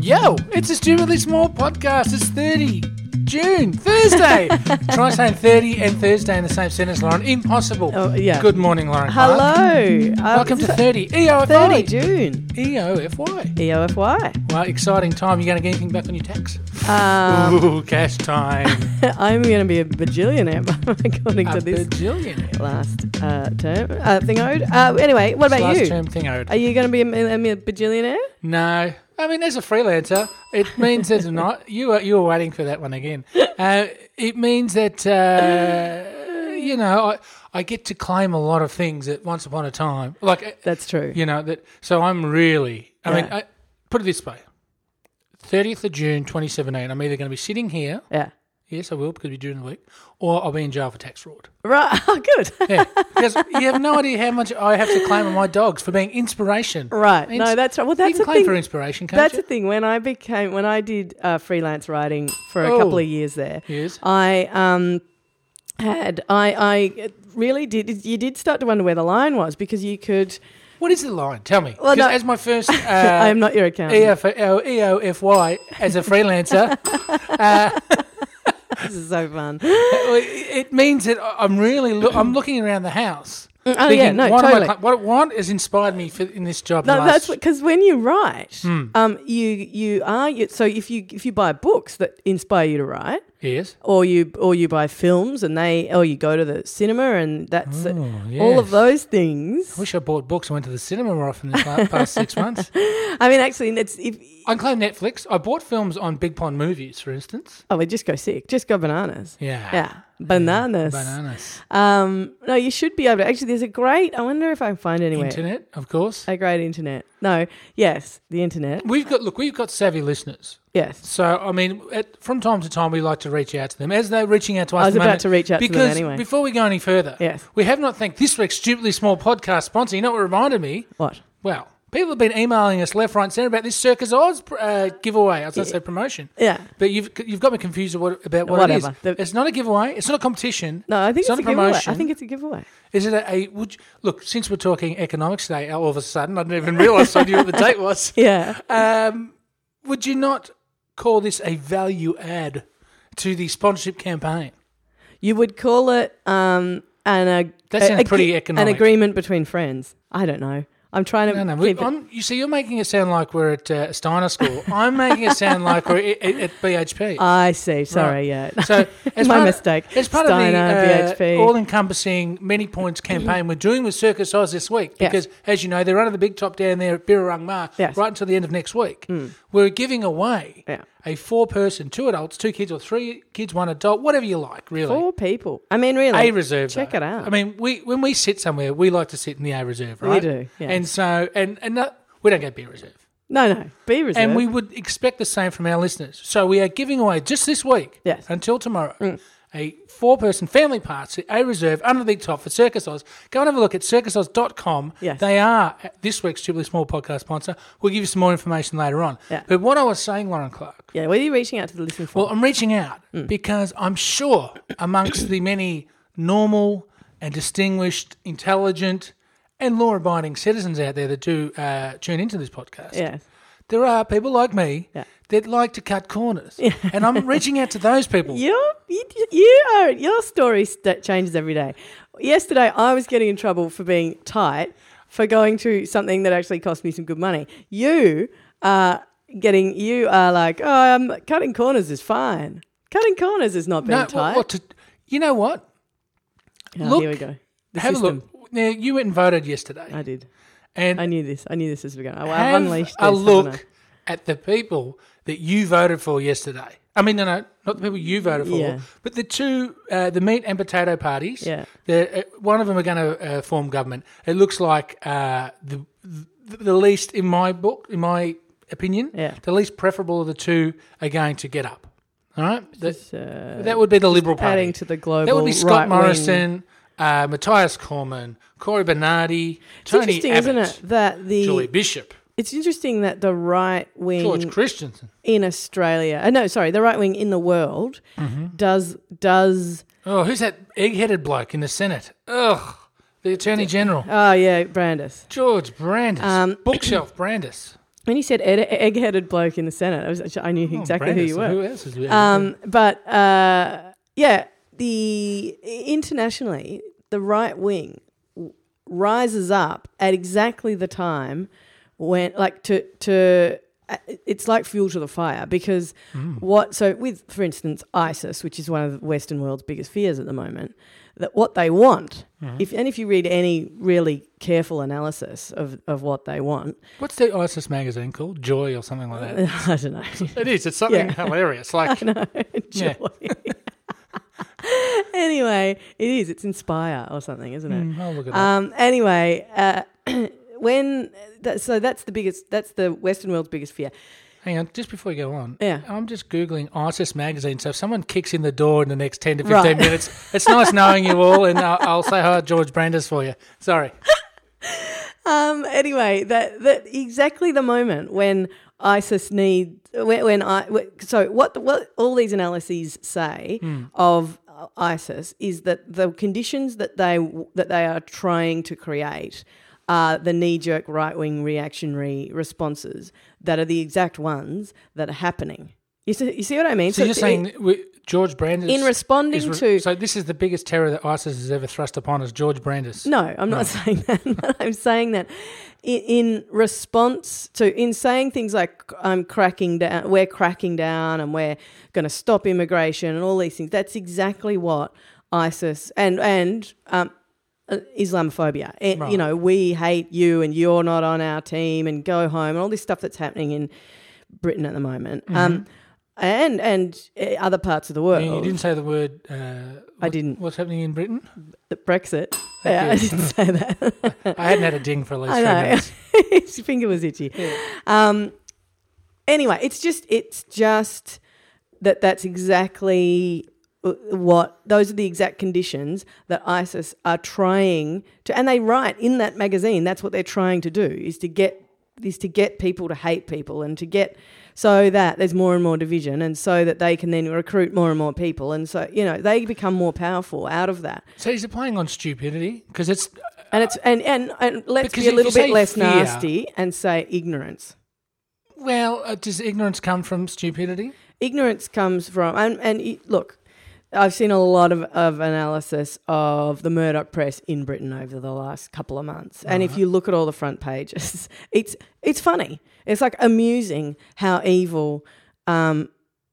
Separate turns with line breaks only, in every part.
Yo, it's a stupidly small podcast. It's 30 June, Thursday. Try saying 30 and Thursday in the same sentence, Lauren. Impossible.
Oh, yeah.
Good morning, Lauren.
Hello.
Clark.
Um,
Welcome to E
it's
30
30
EOFY.
June.
E
E
EOFY.
EOFY.
Well, exciting time. You're going to get anything back on your tax?
Um,
Ooh, cash time.
I'm going to be a bajillionaire according
a
to this
bajillionaire.
last uh, term uh, thing. Owed. Uh, anyway, what about
Last
you?
term thing owed.
Are you going to be a, mi- a mi- bajillionaire?
No, I mean as a freelancer, it means that not you were you were waiting for that one again. Uh, it means that uh, you know I, I get to claim a lot of things that once upon a time, like uh,
That's true.
you know that. So I'm really, I mean,
Yeah.
I, put it this way: thirtieth of June, twenty seventeen. I'm either going to be sitting here,
Yeah.
yes, I will, because we're during the week, or I'll be in jail for tax fraud.
Right. Oh, good.
Yeah, because you have no idea how much I have to claim on my dogs for being inspiration.
right.
Ins-
No, that's right. Well, that's
you can
the
claim
thing.
for inspiration, can't
That's
you?
the thing. When I became, when I did uh, freelance writing for a
Oh.
couple of years there,
Yes.
I um, had I I really did. You did start to wonder where the line was because you could.
What is the line? Tell me.
Well,
'Cause
no-
as my first uh,
I am not your accountant.
EF, uh, EOFY as a freelancer, uh,
This is so fun.
it means that I- I'm really loo- I'm looking around the house.
Oh
thinking,
yeah, no,
what, am I
totally.
cla- what, what has inspired me for, in this job? in the
No,
last-
that's because when you write, um, you you are you, so if you if you buy books that inspire you to write,
yes.
or you or you buy films and they or you go to the cinema and that's all
Oh, yes.
of those things.
Wish I bought books and went to the cinema more often this la- past six months.
I mean, actually, it's if
I claim Netflix. I bought films on Big Pond Movies, for instance.
oh, we just go sick, just go bananas.
Yeah.
Yeah, bananas.
Bananas.
Um, no, you should be able to. Actually, there's a great. I wonder if I can find anywhere
Internet, of course.
a great internet. No, yes, the internet.
We've got look. We've got savvy listeners.
Yes,
So I mean, at, from time to time, we like to reach out to them as they're reaching out to us.
I
at
was
the
about
moment,
to reach out to them
because
anyway.
Before we go any further,
Yes.
we have not thanked this week's stupidly small podcast sponsor. You know what reminded me?
what?
Well, people have been emailing us left, right, and centre about this Circus Oz uh, giveaway. I was going to say promotion,
Yeah.
but you've you've got me confused of what- about what
Whatever.
it is.
The-
it's not a giveaway. It's not a competition.
No, I think it's,
not
a
a
giveaway.
promotion.
I think it's a giveaway.
Is it a, a would you, look? Since we're talking economics today, all of a sudden I didn't even realise I knew what the date was.
Yeah.
Um, would you not call this a value add to the sponsorship campaign?
You would call it um, an a,
That
a-
sounds
a-
pretty economic.
An agreement between friends. I don't know. I'm trying
No,
to
no. We,
keep it.
I'm, you see, you're making it sound like we're at uh, Steiner School. I'm making it sound like we're at, at, at BHP.
I see. Sorry. Yeah.
so,
My
part of-
mistake.
as part
Steiner,
of the
BHP.
uh, all-encompassing many points campaign we're doing with Circus Oz this week,
Yes.
because as you know, they're under the big top down there at Birrarung Ma
Yes.
right until the end of next week. We're giving away
Yeah.
a four-person, two adults, two kids, or three kids, one adult, whatever you like, really.
Four people. I mean, really.
A reserve.
Check
though.
it out.
I mean, we when we sit somewhere, we like to sit in the A reserve, right?
do, yeah.
And so, and and no, we don't go B reserve.
no, no. Be reserved.
And we would expect the same from our listeners. So we are giving away just this week,
Yes. Mm.
until tomorrow, a four-person family party, A reserve under the top for Circus Oz. Go and have a look at circusoz.com.
Yes.
They are uh, this week's Jubilee Small podcast sponsor. We'll give you some more information later on.
Yeah.
But what I was saying, Lauren Clark,
yeah. What are you reaching out to the listener for?
well, I'm reaching out
Hmm.
because I'm sure amongst the many normal and distinguished, intelligent, and law abiding citizens out there that do uh, tune into this podcast,
yes.
there are people like me
Yeah.
that like to cut corners. And I'm reaching out to those people.
Your, you, you are, your story st- changes every day. Yesterday, I was getting in trouble for being tight, for going to something that actually cost me some good money. You are getting, you are like, oh, um, cutting corners is fine. Cutting corners is not being
No,
tight.
what, what to, you know what?
Oh,
look,
here we go. The
Have
system.
a look. Now, you went and voted yesterday.
I did.
and
I knew this. I knew this was going. I I've
have
unleashed
a
this, haven't I?
look at the people that you voted for yesterday. I mean, no, no, not the people you voted for,
Yeah.
but the two, uh, the meat and potato parties.
Yeah.
the- uh, one of them are going to uh, form government. It looks like uh, the, the the least, in my book, in my opinion,
Yeah.
the least preferable of the two are going to get up. All right, that,
Just, uh,
that would be the Liberal Party.
adding to the global.
that would be Scott
right-wing-
Morrison, uh, Matthias Cormann, Corey Bernardi,
It's
Tony
interesting,
Abbott,
isn't it, that the
Julie Bishop,
it's interesting that the right wing
George Christensen.
in Australia, uh, no, sorry, the right wing in the world
Mm-hmm.
does does.
Oh, who's that egg-headed bloke in the Senate? Ugh, the Attorney General,
Oh yeah, Brandis.
George Brandis,
Um,
bookshelf Brandis.
And he said egg- egg-headed bloke in the Senate. I, was, I knew exactly who
Oh, Brandis,
you were.
Who else is there?
Um, but uh, yeah, the internationally, the right wing w- rises up at exactly the time when, like, to to uh, it's like fuel to the fire because what? So with, for instance, ISIS, which is one of the Western world's biggest fears at the moment, that what they want, if and if you read any really careful analysis of of what they want,
What's the ISIS magazine called? Joy or something like that.
I don't know.
It is. It's something
Uh, Yeah.
hilarious. Like
I know.
Yeah.
Joy. anyway, it is. It's inspire or something, isn't it?
Mm, I'll look at that.
Um, anyway, uh, when that, so that's the biggest. That's the Western world's biggest fear.
Hang on, just before you go on.
Yeah.
I'm just googling ISIS magazine. So if someone kicks in the door in the next ten to fifteen
Right.
minutes, it's nice knowing you all, and I'll, I'll say hi, to George Brandis, for you. Sorry.
Um, anyway, that that exactly the moment when ISIS need when, when I wh- so what the- what all these analyses say
Hmm.
of uh, ISIS is that the conditions that they w- that they are trying to create are the knee jerk right wing reactionary responses that are the exact ones that are happening. You see, you see what I mean?
So, you're
it's-
saying we, George Brandis
in responding
is
to
so this is the biggest terror that ISIS has ever thrust upon us, George Brandis.
No, I'm not saying that. But I'm saying that in, in response to in saying things like I'm cracking down, we're cracking down, and we're going to stop immigration and all these things. That's exactly what ISIS and and um, uh, Islamophobia. It- You
Right.
know, we hate you, and you're not on our team, and go home, and all this stuff that's happening in Britain at the moment. Um, and and uh, other parts of the
I
world.
mean, Mm-hmm. you didn't say the word. Uh,
I didn't.
What's happening in Britain?
The Brexit.
Thank
Yeah,
you.
I didn't say that.
I hadn't had a ding for at least
I
three
know.
minutes.
his finger was itchy. Um, anyway, it's just it's just that that's exactly what those are the exact conditions that ISIS are trying to, and they write in that magazine. That's what they're trying to do is to get is to get people to hate people and to get so that there's more and more division and so that they can then recruit more and more people and so you know they become more powerful out of that
So he's playing on stupidity because it's
and it's and and, and let's
Because
be a
if
little
you
bit
say
less
fear-
nasty and say ignorance
well, uh, does ignorance come from stupidity?
ignorance comes from and, and y- look i've seen a lot of, of analysis of the murdoch press in britain over the last couple of months and if you look at all the front pages it's it's funny it's like amusing how evil um,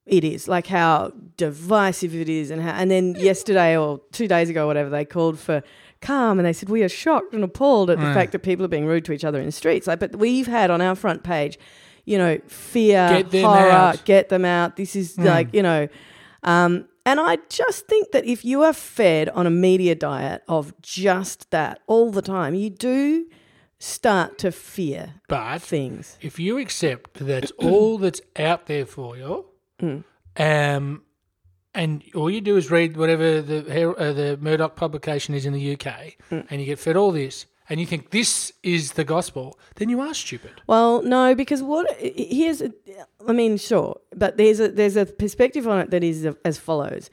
it is like how divisive it is and how and then yesterday or two days ago whatever they called for calm and they said we are shocked and appalled
Mm.
at the fact that people are being rude to each other in the streets like but we've had on our front page you know fear
Get them
horror
out. Mm.
get them out this is like you know um, and i just think that if you are fed on a media diet of just that all the time you do start to fear
But
things
if you accept that that's all that's out there for you,
Hmm.
um, and all you do is read whatever the Her- uh, the Murdoch publication is in the UK,
Hmm.
and you get fed all this, and you think this is the gospel, then you are stupid.
Well, no, because what i- i- here's, a, I mean, sure, but there's a there's a perspective on it that is uh, as follows: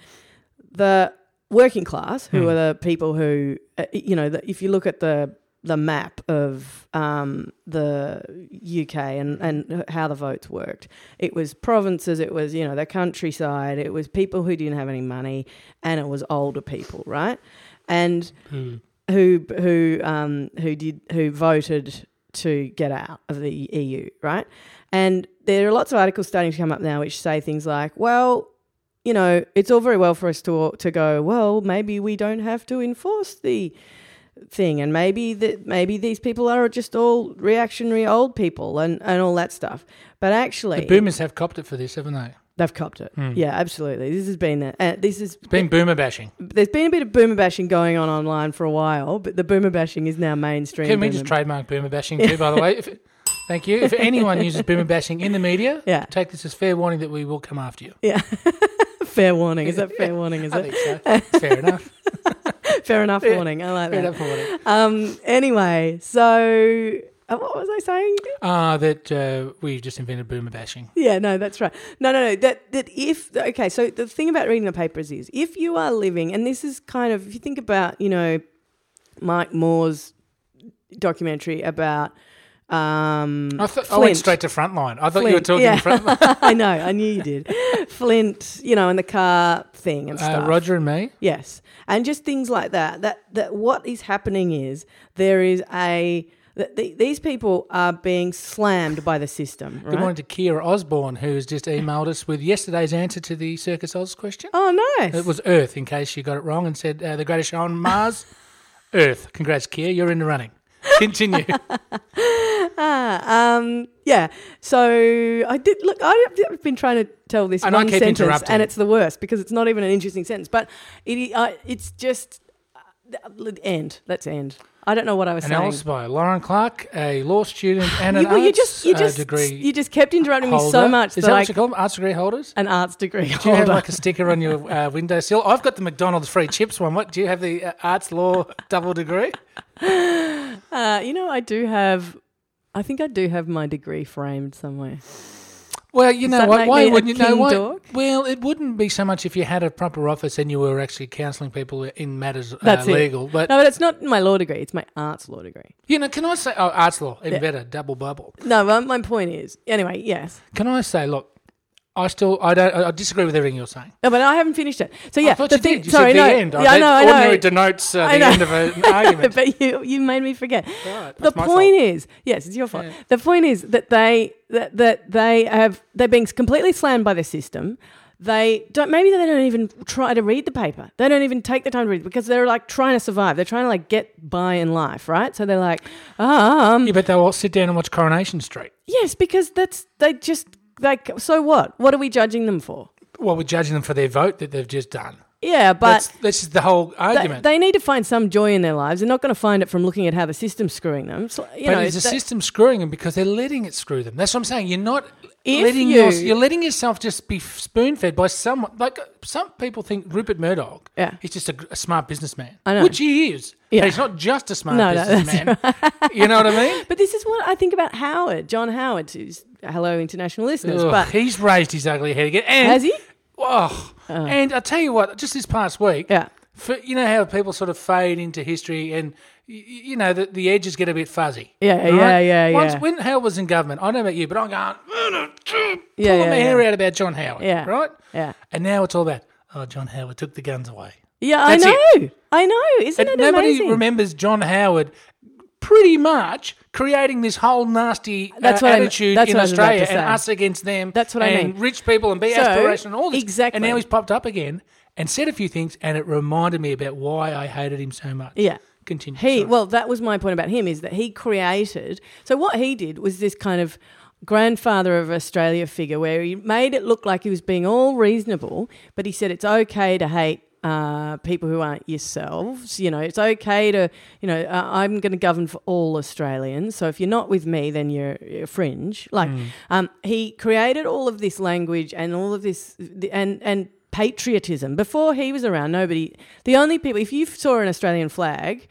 the working class, who are the people who, uh, you know, the, if you look at the the map of um, the UK and, and how the votes worked. It was provinces, it was, you know, the countryside, it was people who didn't have any money, and it was older people, right? And who who um who did who voted to get out of the EU, right? And there are lots of articles starting to come up now which say things like, well, you know, it's all very well for us to to go, well, maybe we don't have to enforce the thing and maybe that maybe these people are just all reactionary old people and and all that stuff. But actually
The boomers have copped it for this, haven't they?
they've copped it.
Hmm.
Yeah, absolutely. This has been a, uh, this has
Been boomer bashing.
there's been a bit of boomer bashing going on online for a while, but the boomer bashing is now mainstream.
Can we
boomer
just trademark boomer bashing too? By the way, if, thank you. If anyone uses boomer bashing in the media,
Yeah.
take this as fair warning that we will come after you.
Yeah. fair warning. Is that fair warning? Is
I
it
think so. It's fair enough.
fair enough warning? I like
Fair
that.
enough warning.
Um. Anyway, so uh, what was I saying?
Ah, that uh, we've just invented boomer bashing.
Yeah. No, that's right. No, no, no. That that if okay. So the thing about reading the papers is if you are living, and this is kind of if you think about you know Mike Moore's documentary about um,
I, th- I
Flint.
went straight to frontline. I thought you were
Flint,
talking
yeah.
frontline.
I know, I knew you did. Flint, you know, and the car thing and
Uh,
stuff.
Roger and me.
Yes, and just things like that. That that what is happening is there is a th- th- these people are being slammed by the system.
Good
Right?
morning to Kira Osborne, who has just emailed us with yesterday's answer to the Circus Oz question.
Oh, nice.
It was Earth, in case you got it wrong, and said uh, the greatest show on Mars, Earth. Congrats, Kira. You're in the running. Continue.
Ah, um, yeah. So I did look. I- I've been trying to tell this
And I
one
keep
sentence,
interrupting.
and it's the worst because it's not even an interesting sentence. But it, uh, it's just uh, th- end. Let's end. I don't know what I was
and
saying.
else by Lauren Clark, a law student and an
you, well, you
arts
just you
uh,
just
degree
you just kept interrupting me so
holder.
much
Is
that
that
I
what you call them? Arts degree holders?
an arts degree
Do you have
holder.
like a sticker on your uh, windowsill? I've got the McDonald's free chips one. What do you have? The uh, arts law double degree?
Uh, you know, I do have. I think I do have my degree framed somewhere.
Well, you
Does
know
that
what?
make
Why
me a
wouldn't you know
king
why?
dog?
Well, it wouldn't be so much if you had a proper office and you were actually counselling people in matters uh,
That's it.
legal. But
No, but it's not my law degree. It's my arts law degree.
you know, can I say? Oh, arts law, even
Yeah.
better, double bubble.
No, but my point is. Anyway, yes.
Can I say? Look, I still, I don't, I I disagree with everything you're saying.
No, but I haven't finished it. So yeah,
I thought
the
you
thing.
did. You
sorry,
said
no.
the end.
Yeah, I
that
know, I know.
ordinary denotes uh,
I
the
know.
end of an argument.
but you you made me forget.
Right,
the
that's my
point is, yes, it's your fault.
Yeah.
The point is that they that, that they have they're being completely slammed by the system. They don't. Maybe they don't even try to read the paper. They don't even take the time to read because they're like trying to survive. They're trying to like get by in life, right? So they're like, um,
You bet they'll all sit down and watch Coronation Street.
yes, because that's they just like. So what? What are we judging them for?
Well, we're judging them for their vote that they've just done.
Yeah, but
that's, that's just the whole
They-
argument.
They need to find some joy in their lives. They're not going to find it from looking at how the system's screwing them. So, you
but
know,
it's a
that-
system screwing them because they're letting it screw them. That's what I'm saying. You're not
If
letting
you-
your, you're letting yourself just be spoon fed by someone. Like uh, some people think Rupert Murdoch
Yeah.
is just a, g- a smart businessman,
I know.
which he is.
Yeah.
But he's not just a smart
No, no, that's
businessman. You know what I mean?
But this is what I think about Howard, John Howard, who's hello international listeners.
Ugh,
but
he's raised his ugly head again. And,
has he?
Oh, and I tell you what, just this past week,
Yeah.
for, you know how people sort of fade into history and y- y- you know the, the edges get a bit fuzzy.
Yeah,
right?
yeah, yeah,
Once
yeah.
when Howard was in government, I don't know about you, but I'm going
Yeah,
pulling
yeah,
my
yeah.
hair out about John Howard.
Yeah.
right.
Yeah,
And now it's all about oh, John Howard took the guns away.
yeah.
That's
I know.
it.
I know. Isn't
And
it
nobody
amazing?
remembers John Howard pretty much creating this whole nasty uh,
That's what I mean-
attitude
that's
in
what I was about to
Australia and
say.
us against them.
That's what I
and
mean.
Rich people and be
So,
aspirational and all this.
exactly.
And now he's popped up again and said a few things, and it reminded me about why I hated him so much.
Yeah.
Continue.
He
sorry.
well, that was my point about him is that he created. So what he did was this kind of grandfather of Australia figure, where he made it look like he was being all reasonable, but he said it's okay to hate. Uh, people who aren't yourselves, you know, it's okay to, you know, uh, I'm going to govern for all Australians. So if you're not with me, then you're, you're fringe. Like, um, he created all of this language and all of this, and and patriotism. Before he was around, nobody, the only people, if you saw an Australian flag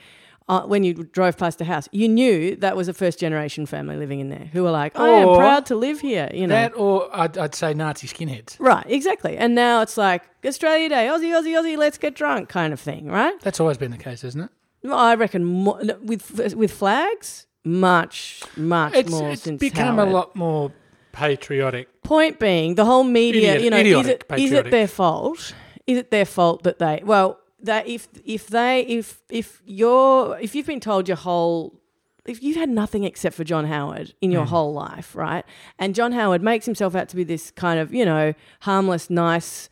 uh, when you drove past a house, you knew that was a first generation family living in there who were like, I am
Or-
proud to live here, you know.
that or I'd, I'd say Nazi skinheads.
right, exactly. And now it's like, Australia Day, Aussie, Aussie, Aussie, let's get drunk kind of thing, right?
That's always been the case, isn't it?
Well, I reckon mo- with, with flags, much, much
It's,
more
it's
since
become
Howard.
a lot more patriotic.
Point being, the whole media,
Idiot-
you know, is
idiotic,
it, is it
patriotic.
their fault? Is it their fault that they? Well, that if if they if if you're if you've been told your whole if you've had nothing except for John Howard in
Mm.
your whole life, right? And John Howard makes himself out to be this kind of you know harmless, nice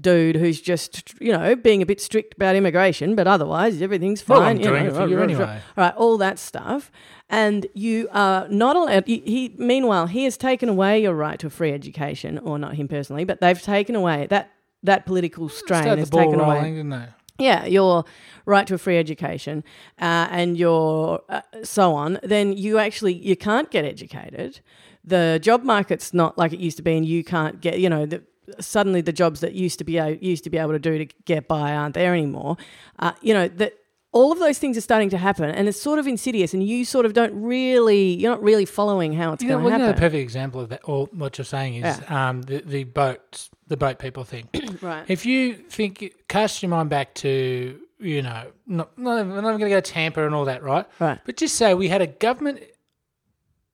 dude who's just you know being a bit strict about immigration, but otherwise everything's
Well, I'm
fine. you know,
doing it for you anyway.
all right, all that stuff. And you are not allowed. He, he, meanwhile, he has taken away your right to a free education, or not him personally, but they've taken away that that political strain
Started
has
the ball
taken
rolling,
away.
didn't they?
Yeah, your right to a free education, uh, and your uh, so on. Then you actually you can't get educated. The job market's not like it used to be, and you can't get you know the. Suddenly, the jobs that used to be a- used to be able to do to get by aren't there anymore. Uh, you know that all of those things are starting to happen and it's sort of insidious and you sort of don't really you're not really following how it's
You know,
going to
well, you know, the
happen
perfect example of that, or what you're saying is um, the, the boat, the boat people thing.
right
if you think, cast your mind back to, you know, not, not, I'm not going to go Tampa and all that, right?
right
But just say we had a government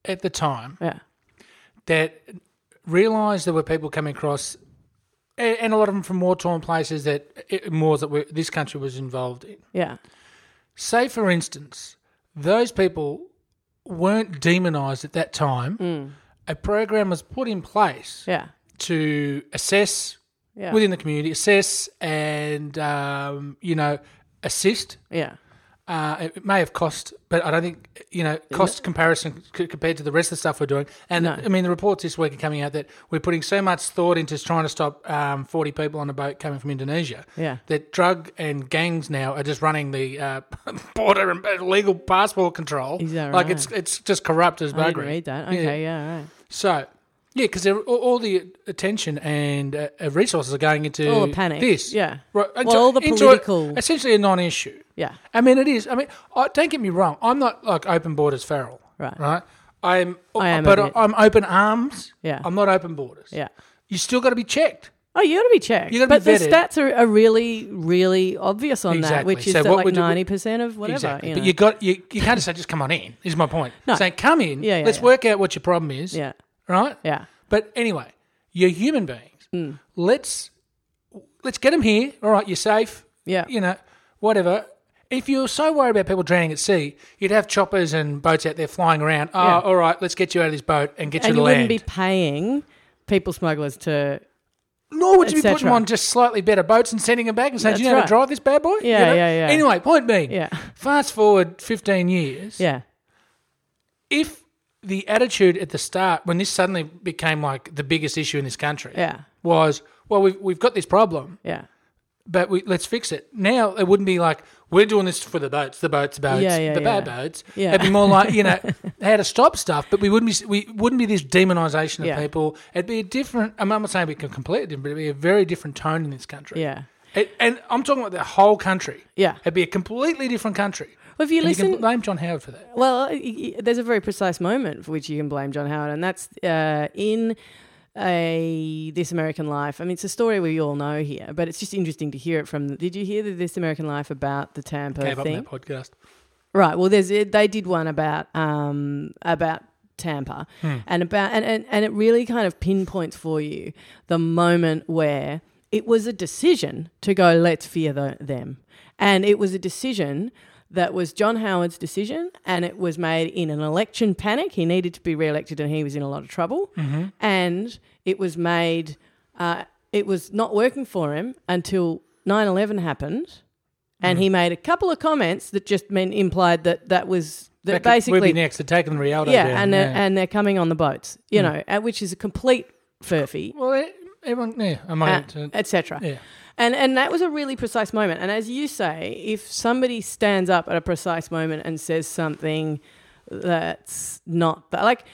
at the time
Yeah.
that realised there were people coming across, a- and a lot of them from war torn places that i- wars that were, this country was involved in.
Yeah.
Say, for instance, those people weren't demonised at that time.
Mm.
A program was put in place
Yeah.
to assess
Yeah.
within the community, assess and um, you know assist.
yeah.
Uh, it it may have cost, but I don't think you know cost comparison c- compared to the rest of the stuff we're doing. And
No.
I mean, the reports this week are coming out that we're putting so much thought into trying to stop um, forty people on a boat coming from Indonesia.
Yeah.
that drug and gangs now are just running the uh, border and illegal passport control.
Is that
Like
right?
it's it's just corrupt as
I
buggery.
didn't read that. Okay. Yeah. all right.
So, yeah, because all, all the attention and uh, uh, resources are going into
All the panic.
This,
Yeah.
right?
Well,
into-
all the
into a-
political-
essentially a non-issue.
Yeah.
I mean, it is. I mean, I, don't get me wrong. I'm not like open borders feral,
Right.
Right. I'm,
I am a
but
bit.
I'm open arms.
Yeah.
I'm not open borders.
Yeah.
You still got to be checked.
Oh, you got to be checked.
You gotta
but
be
the
vetted.
stats are, are really, really obvious on that,
Exactly.
which is
So
that
what
like
would you-
ninety percent of whatever.
exactly.
You
but
know.
you got you. You can't just say just come on in. Is my point.
No.
Saying come in.
Yeah, yeah,
let's
yeah.
work out what your problem is.
yeah.
Right.
Yeah. Hmm.
But anyway, you're human beings. Let's let's get them here. All right, you're safe.
Yeah.
You know, whatever. If you're so worried about people drowning at sea, you'd have choppers and boats out there flying around. Oh,
Yeah.
all right, let's get you out of this boat and get
And
you to
you
land.
wouldn't be paying people smugglers to.
Nor would you be
et
putting them
cetera.
on just slightly better boats and sending them back and saying, "Do you know
That's
how to drive this bad boy?" You
Yeah,
know?
yeah, yeah.
Anyway, point being,
Yeah.
fast forward 15 years.
Yeah.
If the attitude at the start, when this suddenly became like the biggest issue in this country,
Yeah.
was, "Well, we've we've got this problem.
Yeah.
but we, let's fix it. Now it wouldn't be like we're doing this for the boats, the boats, boats,
Yeah, yeah,
the bad
yeah.
boats.
Yeah.
It'd be more like you know how to stop stuff, but we wouldn't be we wouldn't be this demonisation of
Yeah.
people. It'd be a different. I'm not saying it'd be completely different, but it'd be a very different tone in this country.
Yeah.
It, and I'm talking about the whole country.
Yeah.
It'd be a completely different country.
Well, if you
And
listen,
you can blame John Howard for that.
Well, y- y- there's a very precise moment for which you can blame John Howard, and that's uh, in a This American Life. I mean, it's a story we all know here, but it's just interesting to hear it from. Did you hear the This American Life about the Tampa
Gave up on
thing?
that podcast.
Right. Well, there's they did one about um about Tampa and about and, and and it really kind of pinpoints for you the moment where it was a decision to go let's fear the, them and it was a decision that was John Howard's decision and it was made in an election panic he needed to be re-elected and he was in a lot of trouble and it was made uh, it was not working for him until 9-11 happened and
Mm-hmm.
he made a couple of comments that just meant implied that that was that
That could- we'd
basically
be next to taking the Rialto
yeah,
down.
and uh, they're,
yeah. Mm.
and they're coming on the boats, you know, uh, which is a complete furphy,
well, e- everyone, yeah, I might. uh,
etc.
yeah.
And and that was a really precise moment. And as you say, if somebody stands up at a precise moment and says something that's not that, like,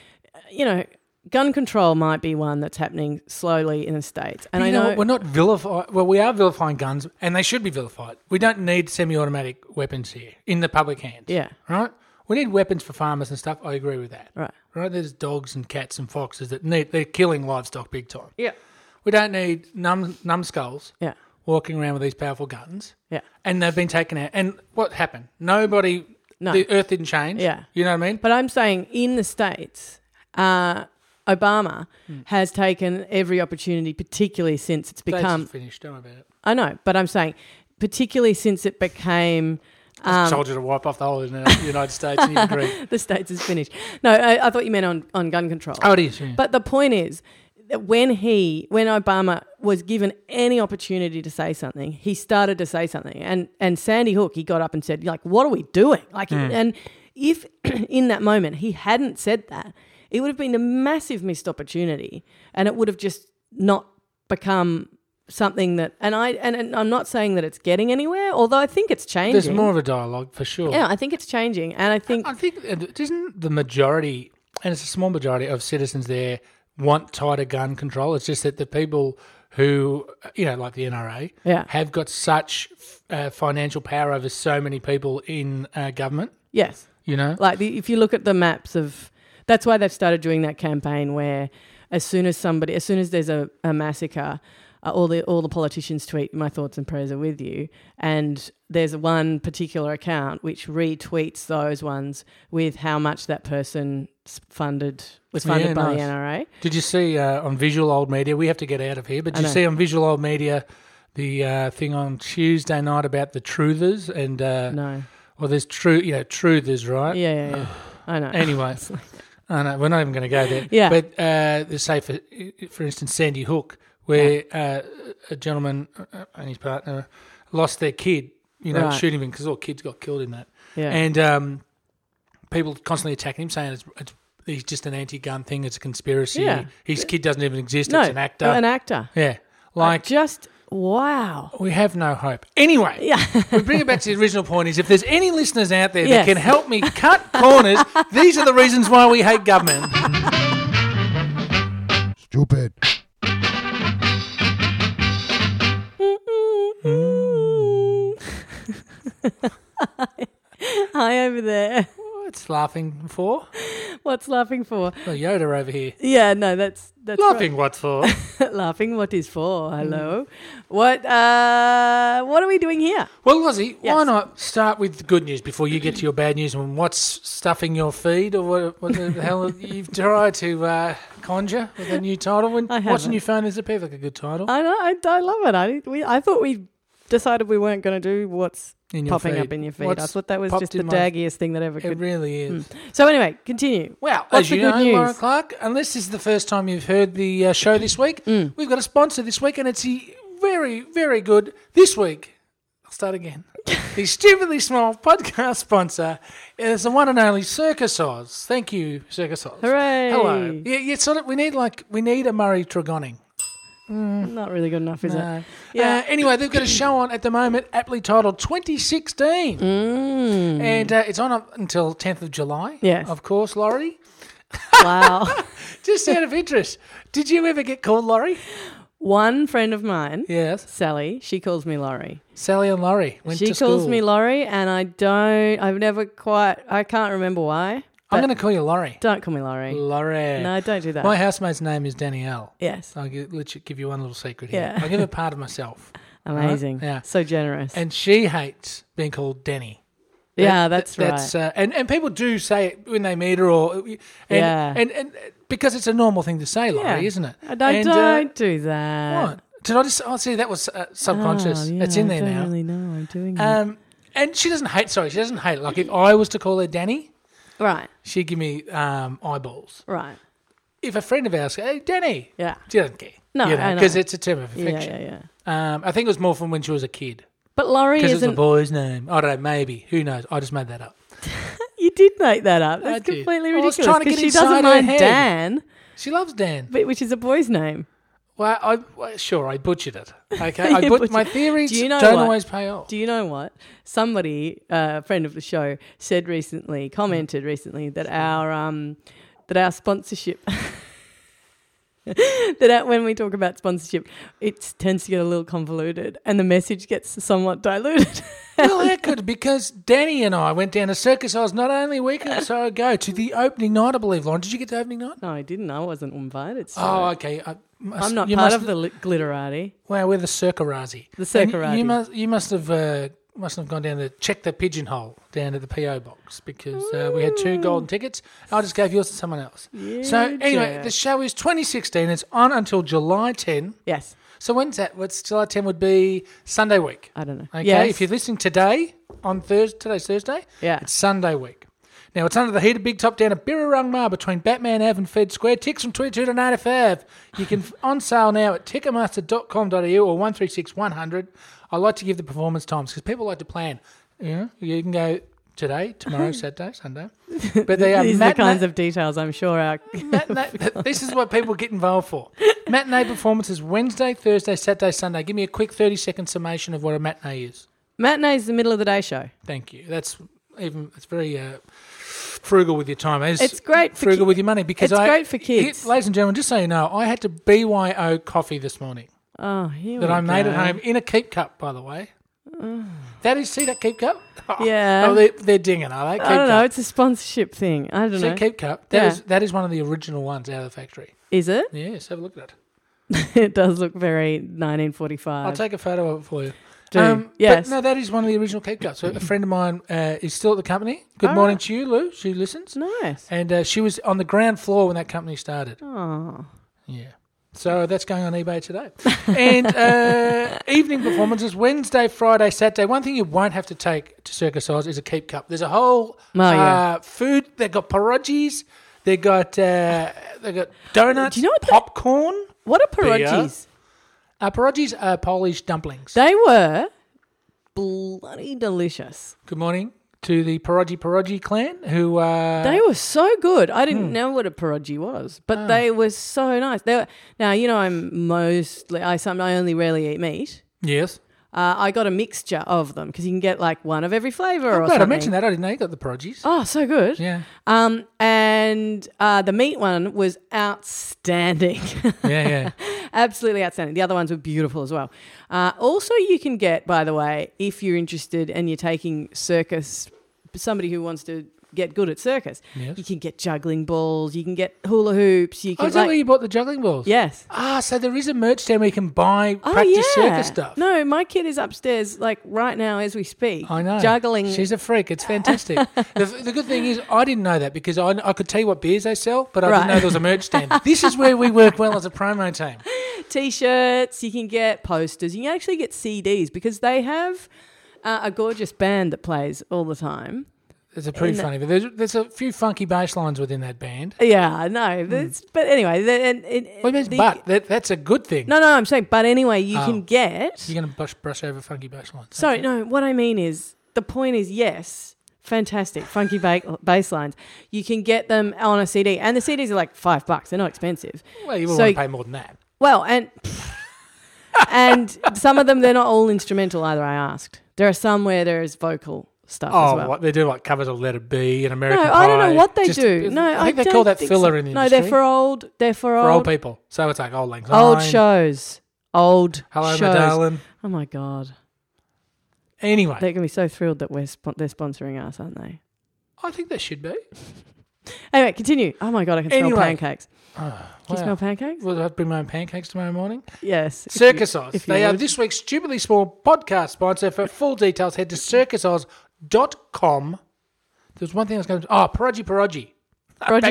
you know. Gun control might be one that's happening slowly in the states,
But
and I
you know,
know,
what? we're not vilifying. Well, we are vilifying guns, and they should be vilified. We don't need semi-automatic weapons here in the public hands.
Yeah.
right. We need weapons for farmers and stuff. I agree with that.
right?
Right. There's dogs and cats and foxes that need. They're killing livestock big time.
Yeah,
We don't need num numbskulls
yeah,
walking around with these powerful guns.
yeah.
And they've been taken out. And what happened? Nobody.
No.
The earth didn't change.
Yeah.
You know what I mean?
But I'm saying in the States, uh, Obama
Hmm.
has taken every opportunity, particularly since it's
That's
become.
finished. Don't worry about it.
I know, but I'm saying, particularly since it became. um,
Just told you to wipe off the whole United States. and you agree?
The States is finished. No, I, I thought you meant on, on gun control.
Oh, it is. Yeah.
But the point is that when he, when Obama was given any opportunity to say something, he started to say something. And and Sandy Hook, he got up and said, like, what are we doing? Like,
Hmm.
and if in that moment he hadn't said that, it would have been a massive missed opportunity, and it would have just not become something that. And I and, and I'm not saying that it's getting anywhere, although I think it's changing.
There's more Uh, of a dialogue for sure.
Yeah, I think it's changing, and I think
I think it isn't the majority, and it's a small majority of citizens there want tighter gun control. It's just that the people who you know, like the NRA,
Yeah.
have got such uh, financial power over so many people in uh, government.
yes.
You know,
Like the, if you look at the maps of, that's why they've started doing that campaign where, as soon as somebody, as soon as there's a, a massacre, uh, all the all the politicians tweet my thoughts and prayers are with you and there's one particular account which retweets those ones with how much that person s- funded was funded
Yeah,
by
nice.
the NRA.
Did you see uh, on Visual Old Media? We have to get out of here, but
I
did you
know.
see on Visual Old Media the uh, thing on Tuesday night about the truthers and uh,
No.
well, there's true, you know, truthers, right?
Yeah, yeah, yeah. I know.
Anyway, I know we're not even going to go there.
Yeah.
But uh, the- say for for instance, Sandy Hook, where uh, a gentleman uh, and his partner lost their kid, you know,
Right.
shooting him because all kids got killed in that,
yeah.
and um, people constantly attacking him, saying it's. it's He's just an anti-gun thing. It's a conspiracy.
Yeah.
His kid doesn't even exist.
no,
it's an actor.
An actor.
yeah,
Like
like
just wow.
we have no hope. Anyway,
Yeah.
we bring it back to the original point is if there's any listeners out there
Yes.
that can help me cut corners, these are the reasons why we hate government.
Stupid.
Hi over there.
What's laughing for?
What's laughing for?
Well, Yoda over here.
Yeah, no, that's that's right.
Laughing Mm. what's for?
laughing what is for hello what uh what are we doing here
Well, Lozzie, why
Yes.
not start with the good news before you get to your bad news and what's stuffing your feed or what, what the hell you've tried to uh, conjure with a new title? When,
I
what's
haven't.
new phone is a bit like a good title
i know i, I love it i we i thought we decided we weren't going to do what's
in your
popping
feed.
up in your feed i
What's-
thought that was
popped
just the
in my-
daggiest thing that ever
It
could
really is.
so anyway continue
Well,
Hmm. What's
as
the
you
good
know,
news?
Lauren Clark, unless this is the first time you've heard the uh, show this week,
Mm.
we've got a sponsor this week, and it's the very, very good this week. I'll start again. the stupidly small podcast sponsor is the one and only Circus Oz. Thank you, Circus Oz.
hooray
Hello. Yeah, yeah, sort of. We need like we need a Murray Tregoning.
not really good enough is it
No.
Yeah.
Uh, anyway, they've got a show on at the moment, aptly titled 2016,
mm.
and uh, it's on up until 10th of July.
Yes.
of course, Laurie.
wow
Just out of interest, did you ever get called Laurie?
one friend of mine
Yes.
sally she calls me laurie
Sally and Laurie went
she
to
calls
school.
me laurie and i don't i've never quite i can't remember why
I'm
but
going to call you Laurie.
don't call me laurie
Laurie.
no don't do that
My housemate's name is Danielle.
yes
I'll give, let you, give you one little secret here.
Yeah.
I'll give a part of myself.
Amazing.
Yeah.
So generous.
And she hates being called Danny.
yeah,
That-
that's,
that's
right.
uh, and, and people do say it when they meet her or. uh, And,
Yeah.
And, and, because it's a normal thing to say, Laurie,
Yeah.
isn't it?
I don't,
and, uh,
don't do that.
what? Did I just. Oh, see, that was uh, subconscious.
Oh, yeah,
it's in
I
there
don't
now.
really know I'm doing it.
Um, and she doesn't hate. Sorry, she doesn't hate. it. Like if
Mm.
I was to call her Danny,
Right,
she'd give me um, eyeballs.
right.
If a friend of ours, hey Danny,
Yeah.
she doesn't care.
No,
you
I know.
because it's a term of
Yeah,
affection.
yeah, yeah.
Um, I think it was more from when she was a kid
But Laurie
because it's a
isn't.
boy's name. I don't know. Maybe who knows? I just made that up.
You did make that up.
I
That's
did.
completely
I was
ridiculous.
trying to
'cause
get
she
inside
doesn't
her
mind
head.
Dan,
She loves Dan.
but, which is a boy's name.
Well, I well, sure I butchered it. Okay, I
You
but
butchered-
my theories
Do you know
not
what?
always pay off.
Do you know what? Somebody, uh, a friend of the show, said recently, commented recently that our um, that our sponsorship. that our- when we talk about sponsorship, it tends to get a little convoluted and the message gets somewhat diluted.
well, that could because Danny and I went down to Circus Oz not only a week or so ago to the opening night. I believe, Lauren, did you get to the opening night?
no, I didn't. I wasn't invited. So
Oh, okay. I must,
I'm not
you
part
must-
of the li- glitterati.
Wow, we're the Circarazi.
The
And
Circarazi.
You must, you must have, uh, must have gone down to check the pigeonhole down at the PO box because uh, we had two golden tickets. I just gave yours to someone else. so
Mm. You
anyway,
jerk.
the show is 2016. It's on until July 10.
yes,
So when's that? What's July 10 would be Sunday week.
I don't know.
Okay,
Yes.
if you're listening today on Thursday, today's Thursday,
Yeah.
it's Sunday week. Now it's under the heat of Big Top down at Birrarungmar between Batman Ave and Fed Square. Ticks from 22 to 9 Ave. You can on sale now at tickermaster.com.au or one three six one hundred. I like to give the performance times because people like to plan. Yeah, you can go today, tomorrow, Saturday, Sunday. But they are
These are the
uh, matinee-
kinds of details I'm sure our
matinee, this is what people get involved for. Matinee performances Wednesday, Thursday, Saturday, Sunday. Give me a quick 30 second summation of what a matinee is.
matinee's the middle of the day show.
Thank you. That's even it's very uh, frugal with your time. It's,
It's great for
frugal
ki-
with your money because
it's
I,
great for kids.
Here- ladies and gentlemen, just so you know, I had to BYO coffee this morning
Oh, here
that
we
I made
go. Mm.
at home in a keep cup, by the way. That is, see that keep cup?
Yeah.
Oh, they're, they're dinging, are they? Keep
I
cup.
don't know. It's a sponsorship thing. I don't
See,
know.
keep cup. That is
Yeah.
that is one of the original ones out of the factory.
Is it?
Yes, have a look at it.
it does look very 1945.
I'll take a photo of it for you. Um,
Do.
but
Yes.
no, that is one of the original Cape Cups. So a friend of mine uh, is still at the company. Good
All
morning
right. Mm.
to you, Lou. She listens.
nice.
And uh, she was on the ground floor when that company started.
Oh.
Yeah. So that's going on eBay today. and uh, evening performances Wednesday, Friday, Saturday. One thing you won't have to take to Circus Oz is a keep cup. There's a whole
Oh, yeah.
uh, food. They've got pierogies. They got uh, they got donuts.
Do you know what the-
popcorn?
What are
Beer.
pierogies?
Uh, pierogies are Polish dumplings.
They were bloody delicious.
Good morning to the pierogi pierogi clan who uh,
They were so good. I
Hmm.
didn't know what a pierogi was,
Ah.
but they were so nice. They were, now you know I'm mostly I some I only rarely eat meat.
yes.
Uh, I got a mixture of them because you can get like one of every flavor
I'm
or
glad I
something.
mentioned that. I didn't know you got the pierogies.
Oh, so good.
Yeah,
Um, and uh, the meat one was outstanding.
yeah, yeah.
Absolutely outstanding. The other ones were beautiful as well. Uh, also, you can get, by the way, if you're interested and you're taking circus, somebody who wants to get good at circus,
Yes.
you can get juggling balls, you can get hula hoops, you
oh,
can
is that
like-
where you bought the juggling balls?
yes.
Ah, so there is a merch stand where you can buy
Oh,
practice
yeah.
circus stuff.
No, my kid is upstairs, like right now as we speak.
I know.
Juggling.
She's a freak. It's fantastic. the, the good thing is, I didn't know that because I, I could tell you what beers they sell, but I
Right.
didn't know there was a merch stand. this is where we work well as a promo team.
T-shirts. You can get posters. You can actually get CDs because they have uh, a gorgeous band that plays all the time.
It's a pretty
In-
funny, but there's, there's a few funky bass lines within that band.
Yeah, no, that's, but anyway, the, and, and,
Hmm. What do you mean,
the-
but that, that's a good thing.
no, no, I'm saying, but anyway, you
Oh.
can get.
You're going to brush, brush over funky bass lines.
Sorry, no, what I mean is the point is yes, fantastic, funky ba- bass lines. You can get them on a CD, and the CDs are like five bucks. They're not expensive.
Well, you will
so-
want to pay more than that.
Well, and and some of them they're not all instrumental either. I asked. There are some where there is vocal stuff as
Oh,
well.
what they do like covers of Let It Be and
No,
American Pie.
I don't know what they
Just-
do. No,
I think they
don't
call that
think
filler
so.
in the
no,
industry.
they're for old. They're for,
For old
old.
people. So it's like old lang syne.
old shows. Old
Hello,
shows.
my darling.
Oh my god,
Anyway,
they're gonna be so thrilled that we're spon- they're sponsoring us, aren't they?
I think they should be.
Anyway, continue. Oh my god, I can smell
Anyway.
pancakes.
Oh,
Can you
wow.
smell pancakes?
Will I bring my own pancakes tomorrow morning?
Yes. If
Circus Oz.
if you
they are
would.
this week's stupidly small podcast sponsor. For full details, head to circusoz.com. There's one thing I was going to. Oh, Pierogi Pierogi.
you- Prodigy,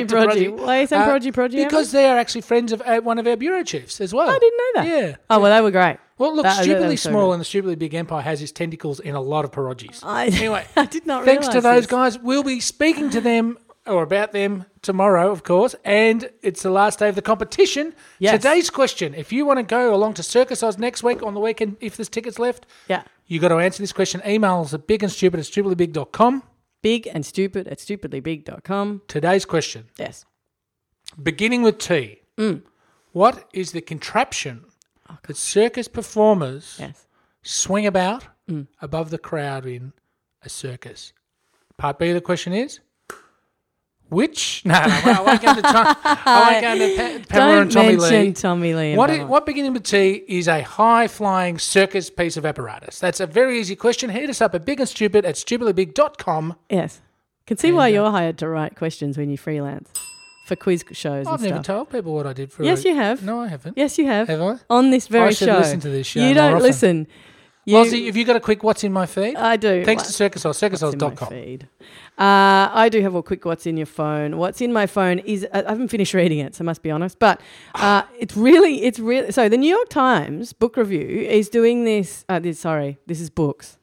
Back to
prodigy.
prodigy.
Why are you saying
Uh,
prodigy, prodigy? Emma?
Because they are actually friends of uh, one of our bureau chiefs as well.
I didn't know that.
Yeah.
Oh well, they were great.
Well, look,
That- that-
stupidly
that's so
small
good.
and the stupidly big empire has its tentacles in a lot of pierogies.
I,
Anyway,
I did not.
Thanks to
realise
those
this.
guys. We'll be speaking to them or about them tomorrow, of course. And it's the last day of the competition.
Yes.
Today's question if you want to go along to Circus Oz next week on the weekend, if there's tickets left,
Yeah.
you got to answer this question. Email us at big and stupid at stupidlybig.com.
Big and stupid at stupidlybig.com.
Today's question,
Yes.
beginning with T.
Mm.
What is the contraption
Oh,
that circus performers
Yes.
swing about
Mm.
above the crowd in a circus. Part B of the question is which? No, no, I won't go into, Tom, I won't go into Pa- Pamela
Don't
and Tommy
mention
Lee.
Tommy Lee. and
What, i-
Pamela.
what beginning with T is a high flying circus piece of apparatus? That's a very easy question. Hit us up at big and stupid at stupidlybig.com.
Yes. Can see why you're hired to write questions when you freelance for quiz shows and
I've
stuff.
never told people what I did for a-
yes, you have.
No, I haven't.
Yes, you have.
Have I?
On this very
I should
show.
listen to this show
You
more
don't
often.
listen. You,
Lozzie, have you got a quick what's in my feed?
I do.
Thanks to
What's
Circus Oz,
in my
circusoz.com.
feed? Uh, I do have a quick what's in your phone. What's in my phone is uh, I I haven't finished reading it, so I must be honest. But uh, it's really, it's really. So the New York Times book review is doing this. Uh, this sorry, this is books.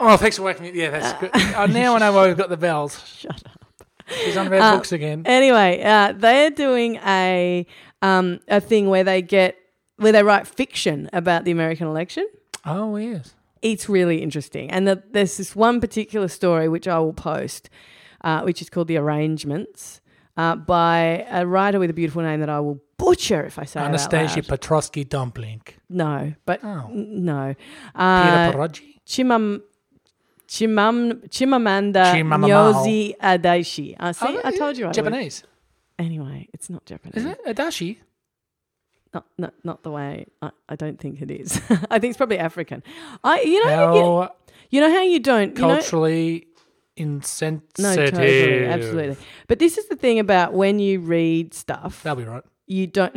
Oh, thanks for waking me. Yeah, that's good. Uh, now I know why we've got the bells. Shut up. She's on about
Uh,
books again.
Anyway, uh, they're doing a um, a thing where they get where they write fiction about the American election.
Oh, yes.
It's really interesting, and the, there's this one particular story which I will post, uh, which is called "The Arrangements" uh, by a writer with a beautiful name that I will butcher if I say
Anastasia
it out loud.
Petrosky Dumplink.
No, but
Oh.
n- no,
Peter
uh,
Paragi.
Chimam. Chimam, Chimamanda
Chimamanda.
Ngozi Adichie. Uh, see,
Oh,
I told you I would.
Japanese.
Anyway, it's not Japanese.
Isn't it? Adachi?
not not not the way I, I don't think it is. I think it's probably African. I you know
How
you, you know how you don't you know,
culturally
no
insensitive.
totally absolutely. But this is the thing about when you read stuff,
That'll be right.
you don't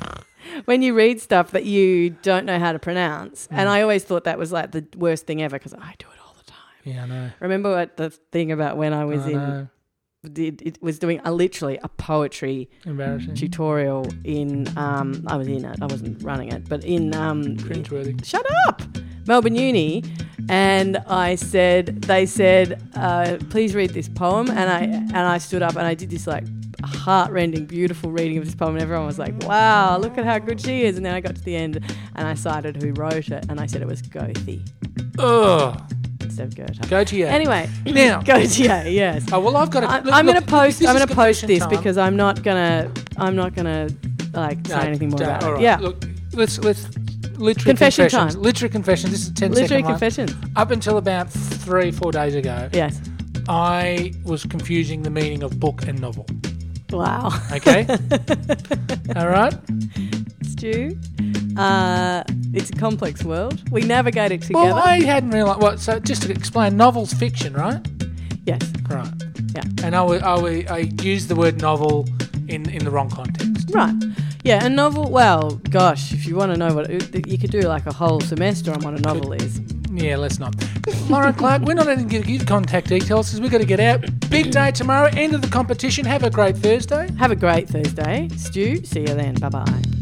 when you read stuff that you don't know how to pronounce, and I always thought that was like the worst thing ever because I do it all the time.
Yeah, I know.
Remember what the thing about when I was
I know.
in did it was doing a literally a poetry
Embarrassing.
tutorial in um I was in it I wasn't running it but in um
Cringeworthy.
shut up Melbourne Uni and I said they said uh, please read this poem and I and I stood up and I did this like heart-rending beautiful reading of this poem and everyone was like wow look at how good she is and then I got to the end and I cited who wrote it and I said it was Goethe
Ugh.
instead of Goethe
Go to you.
anyway
Now.
Gautier yes
Oh, well, I've got to.
I,
look-
I'm going to
look,
post.
this
I'm
is
going to post
confession
this
time.
because I'm not going to. I'm not going to like say
No,
anything more
don't.
about
All
it.
right.
Yeah,
Look, let's let's literary
Confession
confessions.
time.
Literary confession. This is a 10 second
literary
one.
confessions.
Up until about three, four days ago,
Yes.
I was confusing the meaning of book and novel.
Wow.
Okay. All right.
Stu, uh, it's a complex world. We navigate it together.
Well, I hadn't realised. What? So just to explain, novels fiction, right?
yes.
Right.
Yeah.
And I, wa- I, wa- I used the word novel in in the wrong context.
Right. Yeah, a novel. Well, gosh, if you want to know what it, you could do, like a whole semester on what a novel is.
Yeah, let's not. Lauren Clark, we're not even going to give contact details because we've got to get out. Big day tomorrow. End of the competition. Have a great Thursday.
Have a great Thursday, Stu. See you then. Bye bye.